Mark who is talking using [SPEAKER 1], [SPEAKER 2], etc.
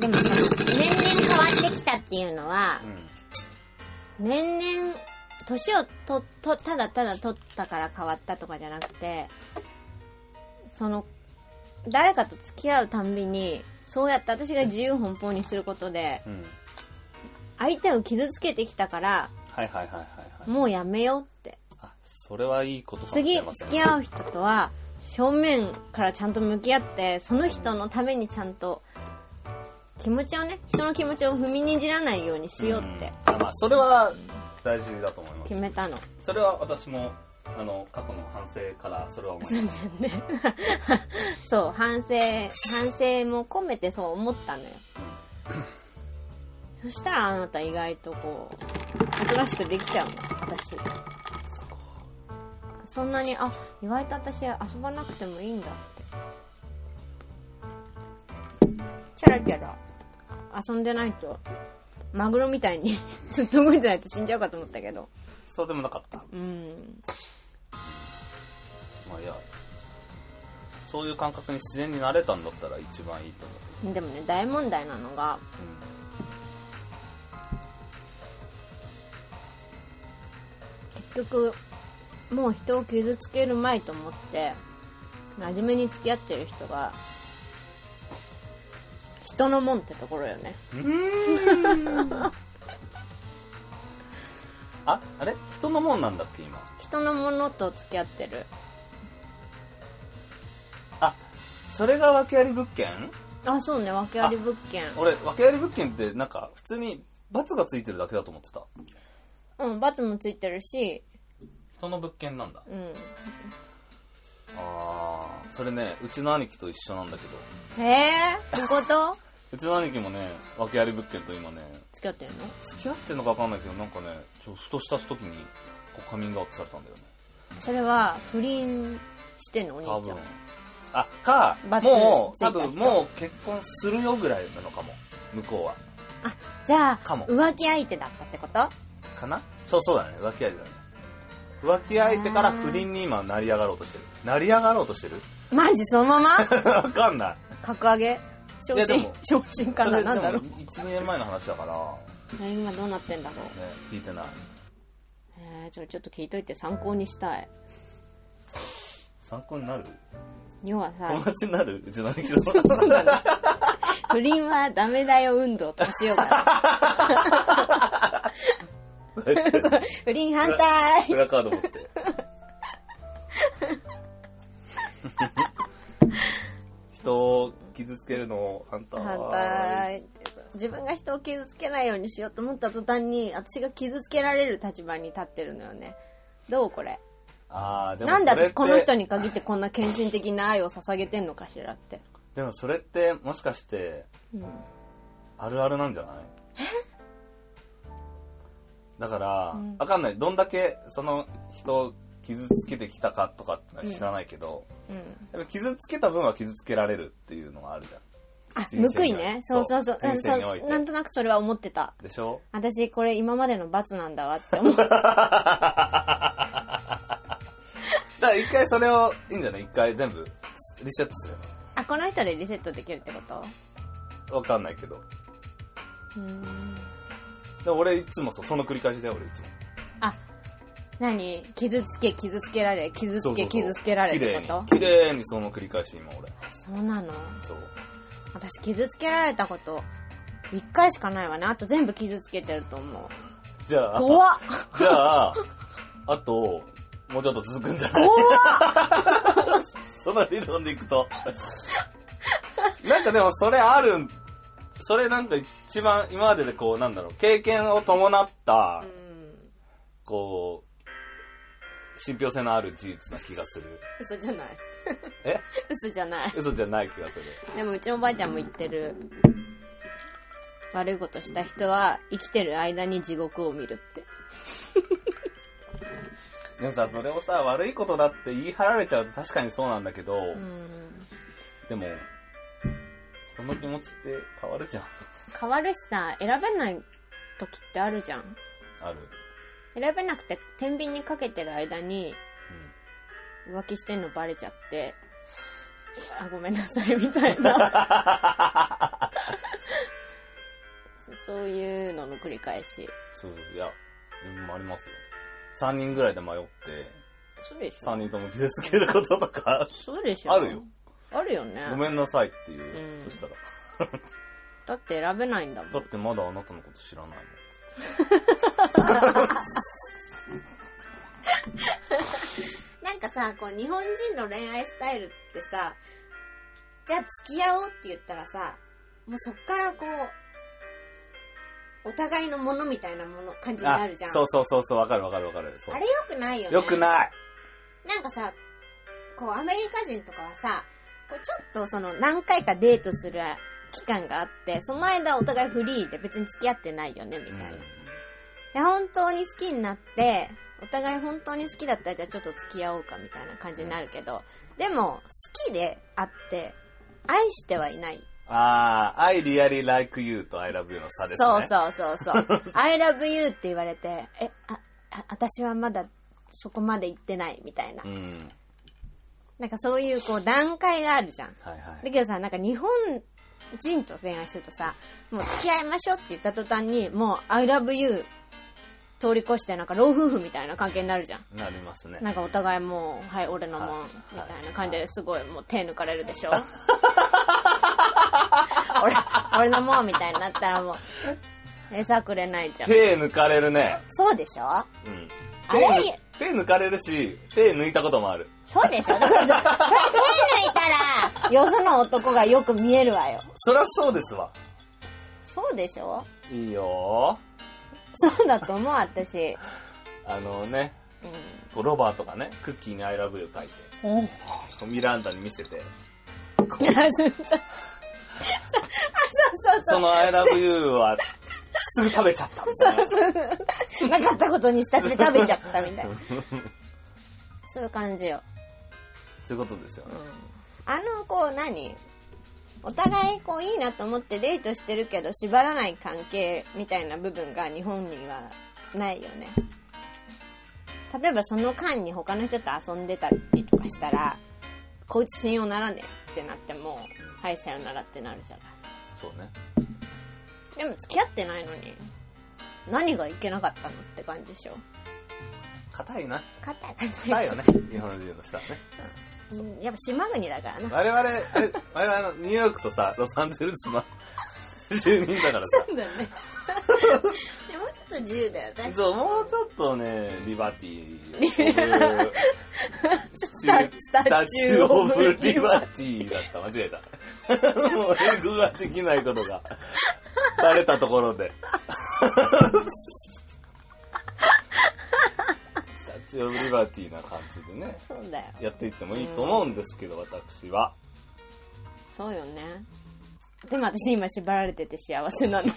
[SPEAKER 1] でも、年々変わってきたっていうのは、年々、年をと、と、ただただ取ったから変わったとかじゃなくて、その、誰かと付き合うたんびに、そうやって私が自由奔放にすることで、
[SPEAKER 2] うん。うん。
[SPEAKER 1] 相手を傷つけてきたから、
[SPEAKER 2] はいはいはいはいはい。
[SPEAKER 1] もうやめようって。
[SPEAKER 2] あ、それはいいことかもし
[SPEAKER 1] 次
[SPEAKER 2] れません
[SPEAKER 1] 付き合う人とは正面からちゃんと向き合ってその人のためにちゃんと気持ちをね人の気持ちを踏みにじらないようにしようって
[SPEAKER 2] うんあまあ、それは大事だと思います
[SPEAKER 1] 決。めたの。
[SPEAKER 2] それは私もあの過去の反省からそれは思います
[SPEAKER 1] そう反省反省も込めてそう思ったのよ。そしたらあなた意外とこう新しくできちゃうの私。そんなにあ意外と私遊ばなくてもいいんだって。チャラチャラ遊んでないとマグロみたいに ずっと動いてないと死んじゃうかと思ったけど。
[SPEAKER 2] そうでもなかった
[SPEAKER 1] うん。
[SPEAKER 2] まあいやそういう感覚に自然になれたんだったら一番いいと思
[SPEAKER 1] でもね大問題なのが
[SPEAKER 2] う、
[SPEAKER 1] 結局もう人を傷つけるまいと思って真面目に付き合ってる人が人のもんってところよね
[SPEAKER 2] ああれ人のもんなんだっけ今
[SPEAKER 1] 人のものと付き合ってる
[SPEAKER 2] あそれが訳あり物件
[SPEAKER 1] あそうね訳あり物件
[SPEAKER 2] 俺訳あり物件ってなんか普通に罰がついてるだけだと思ってた
[SPEAKER 1] うん罰もついてるし
[SPEAKER 2] 人の物件なんだ
[SPEAKER 1] うん
[SPEAKER 2] ああそれねうちの兄貴と一緒なんだけど
[SPEAKER 1] へえってこと
[SPEAKER 2] うちの兄貴もね訳あり物件と今ね
[SPEAKER 1] 付き合ってるの
[SPEAKER 2] 付き合ってんのか分かんないけどなんかねちょっとふとした時にこうカミングアウトされたんだよね
[SPEAKER 1] それは不倫してんのお
[SPEAKER 2] 多
[SPEAKER 1] 兄ちゃ
[SPEAKER 2] 分
[SPEAKER 1] ん
[SPEAKER 2] あか
[SPEAKER 1] バツ
[SPEAKER 2] もう
[SPEAKER 1] ついた人
[SPEAKER 2] 多分もう結婚するよぐらいなのかも向こうは
[SPEAKER 1] じゃあ
[SPEAKER 2] かも
[SPEAKER 1] 浮気相手だったってこと
[SPEAKER 2] かなそうそうだね浮気相手だね浮気相手から不倫に今成り上がろうとしてる成り上がろうとしてる
[SPEAKER 1] マジそのまま
[SPEAKER 2] わかんない
[SPEAKER 1] 格上げ昇
[SPEAKER 2] いやで
[SPEAKER 1] 進
[SPEAKER 2] も
[SPEAKER 1] 昇進かななんだろう
[SPEAKER 2] 12年前の話だから
[SPEAKER 1] え今どうなってんだろう
[SPEAKER 2] ね聞いてない
[SPEAKER 1] えー、それちょっと聞いといて参考にしたい
[SPEAKER 2] 参考になる
[SPEAKER 1] 要は
[SPEAKER 2] 友
[SPEAKER 1] さ
[SPEAKER 2] 達になるうちの兄貴 と
[SPEAKER 1] 不倫はダメだよ運動とかしようか 不倫反 対
[SPEAKER 2] 裏カード持 って人を傷つけるのを反対
[SPEAKER 1] 反対自分が人を傷つけないようにしようと思った途端に私が傷つけられる立場に立ってるのよねどうこれ
[SPEAKER 2] ああでも
[SPEAKER 1] なんで
[SPEAKER 2] それっ
[SPEAKER 1] 私
[SPEAKER 2] て
[SPEAKER 1] この人に限ってこんな献身的な愛を捧げてんのかしらって、
[SPEAKER 2] でもそれってもしかして
[SPEAKER 1] うん、
[SPEAKER 2] あるあるなんじゃないだから、
[SPEAKER 1] うん
[SPEAKER 2] わかんないどんだけその人を傷つけてきたかとかってのは知らないけど、
[SPEAKER 1] うん
[SPEAKER 2] やっぱ傷つけた分は傷つけられるっていうのがあるじゃん
[SPEAKER 1] あ
[SPEAKER 2] 人生
[SPEAKER 1] 報
[SPEAKER 2] に
[SPEAKER 1] いねそうそうそう
[SPEAKER 2] そう人生において
[SPEAKER 1] そうなんとなくそれは思ってた
[SPEAKER 2] でしょ
[SPEAKER 1] 私これ今までの罰なんだわって 思う
[SPEAKER 2] だから一回それをいいんじゃない一回全部リセットすれば
[SPEAKER 1] あこの人でリセットできるってこと
[SPEAKER 2] わかんないけど。
[SPEAKER 1] うーん
[SPEAKER 2] でも俺いつもそう、その繰り返しだよ、俺いつも。
[SPEAKER 1] あ何傷つけ傷つけられ傷つけ傷つけられっ
[SPEAKER 2] 綺麗
[SPEAKER 1] て
[SPEAKER 2] に
[SPEAKER 1] こと。
[SPEAKER 2] 綺麗にその繰り返し、今俺。
[SPEAKER 1] そうなの
[SPEAKER 2] そう。
[SPEAKER 1] 私傷つけられたこと一回しかないわねあと全部傷つけてると思 う
[SPEAKER 2] じゃあ、
[SPEAKER 1] 怖っ
[SPEAKER 2] じゃあ、あと、もうちょっと続くんじゃないその理論でいくと。なんかでもそれあるん、それなんか一番今まででこう、なんだろう、経験を伴った、
[SPEAKER 1] うん
[SPEAKER 2] こう、信憑性のある事実な気がする。
[SPEAKER 1] 嘘じゃない
[SPEAKER 2] え
[SPEAKER 1] 嘘じゃない
[SPEAKER 2] 嘘じゃない気がする。
[SPEAKER 1] でもうちのおばあちゃんも言ってる悪いことした人は生きてる間に地獄を見るって
[SPEAKER 2] でもさ、それをさ、悪いことだって言い張られちゃうと確かにそうなんだけど、
[SPEAKER 1] うん
[SPEAKER 2] でも、人の気持ちって変わるじゃん。
[SPEAKER 1] 変わるしさ選べない時ってあるじゃん
[SPEAKER 2] ある。
[SPEAKER 1] 選べなくて天秤にかけてる間に浮気してんのバレちゃって あごめんなさいみたいなそういうのの繰り返し。
[SPEAKER 2] そうそう、いや、うんありますよ。3人ぐらいで迷って、
[SPEAKER 1] そうでし
[SPEAKER 2] 3
[SPEAKER 1] ょ
[SPEAKER 2] 人とも傷つけることとか、
[SPEAKER 1] そうでしょ
[SPEAKER 2] あるよ。
[SPEAKER 1] あるよね。
[SPEAKER 2] ごめんなさいってい
[SPEAKER 1] う
[SPEAKER 2] う、
[SPEAKER 1] ん
[SPEAKER 2] そしたら。
[SPEAKER 1] だって選べないんだも
[SPEAKER 2] だ
[SPEAKER 1] ん
[SPEAKER 2] っ。てまだあなたのこと知らないもん。つって
[SPEAKER 1] なんかさ、こう、日本人の恋愛スタイルってさ、じゃあ付き合おうって言ったらさ、もうそっからこう、お互いのものみたいなもの、感じになるじゃん。
[SPEAKER 2] そうそうそうそう、わかるわかるわかる。そう
[SPEAKER 1] あれ良くないよね。
[SPEAKER 2] よくない。
[SPEAKER 1] なんかさ、こう、アメリカ人とかはさ、こう、ちょっとその、何回かデートする期間があって、その間お互いフリーで別に付き合ってないよね、みたいな。いや本当に好きになってお互い本当に好きだったらじゃあちょっと付き合おうかみたいな感じになるけどでも好きであって愛してはいない、
[SPEAKER 2] ああ、I really like you と I love you の差ですね。
[SPEAKER 1] そうそうそうそう I love you って言われてえああ私はまだそこまで行ってないみたいな、
[SPEAKER 2] うん。
[SPEAKER 1] なんかそういうこう段階があるじゃん
[SPEAKER 2] はいはい。
[SPEAKER 1] だけどさなんか日本人と恋愛するとさもう付き合いましょうって言った途端にもう I love you 通り越してなんか老夫婦みたいな関係になるじゃん
[SPEAKER 2] なりますね。
[SPEAKER 1] なんかお互いもう、はい、俺のもん
[SPEAKER 2] はい、
[SPEAKER 1] みたいな感じですごいもう手抜かれるで しょ俺、俺のもんみたいになったらもう、餌くれないじゃん。
[SPEAKER 2] 手抜かれるね。
[SPEAKER 1] そうでしょ
[SPEAKER 2] うん。
[SPEAKER 1] あ
[SPEAKER 2] 手
[SPEAKER 1] れ
[SPEAKER 2] 抜手抜かれるし、手抜いたこともある。
[SPEAKER 1] そうでしょだから、手抜いたら、よその男がよく見えるわよ。
[SPEAKER 2] そりゃそうですわ。
[SPEAKER 1] そうでしょ
[SPEAKER 2] いいよ
[SPEAKER 1] そうだと思う、私。
[SPEAKER 2] ーあのね、
[SPEAKER 1] う
[SPEAKER 2] こうロバートがね、クッキーに I love you 書いて、
[SPEAKER 1] ん。うん。
[SPEAKER 2] こうミランダに見せて、
[SPEAKER 1] いや、そうそう。そうそうそ。
[SPEAKER 2] そうの I love you はすぐ食べちゃったみたいな。
[SPEAKER 1] なかったことにしたって食べちゃったみた いな。そういう感じよ。
[SPEAKER 2] そういうことですよね。
[SPEAKER 1] あの、こう、何お互い、こう、いいなと思ってデートしてるけど、縛らない関係みたいな部分が日本にはないよね。例えば、その間に他の人と遊んでたりとかしたら、こいつ信用ならねえってなっても、はい、さよならってなるじゃない。
[SPEAKER 2] そうね。
[SPEAKER 1] でも、付き合ってないのに、何がいけなかったのって感じでしょ。
[SPEAKER 2] 硬いな。
[SPEAKER 1] 硬い。硬
[SPEAKER 2] 硬
[SPEAKER 1] い
[SPEAKER 2] いよね。日本人の人はね。
[SPEAKER 1] うんやっぱ島国だからな。
[SPEAKER 2] 我々、あれ、我々あの、ニューヨークとさ、ロサンゼルスの 住人だから さ。
[SPEAKER 1] そうだね。 いやもうちょっと自由だよね。
[SPEAKER 2] そう、もうちょっとね、リバティをオブス
[SPEAKER 1] タスタ
[SPEAKER 2] タ
[SPEAKER 1] チ
[SPEAKER 2] チ
[SPEAKER 1] ュ
[SPEAKER 2] ュ
[SPEAKER 1] ー
[SPEAKER 2] ー
[SPEAKER 1] オ
[SPEAKER 2] オ
[SPEAKER 1] ブ
[SPEAKER 2] ブ
[SPEAKER 1] リ
[SPEAKER 2] リ
[SPEAKER 1] バ
[SPEAKER 2] バティだった。間違えた。もう英語ができないことが、バレたところで。スタチューオブリバティな感じでね、
[SPEAKER 1] そうだよ。
[SPEAKER 2] やっていってもいいと思うんですけど、私は。
[SPEAKER 1] そうよね。でも私今縛られてて幸せなの。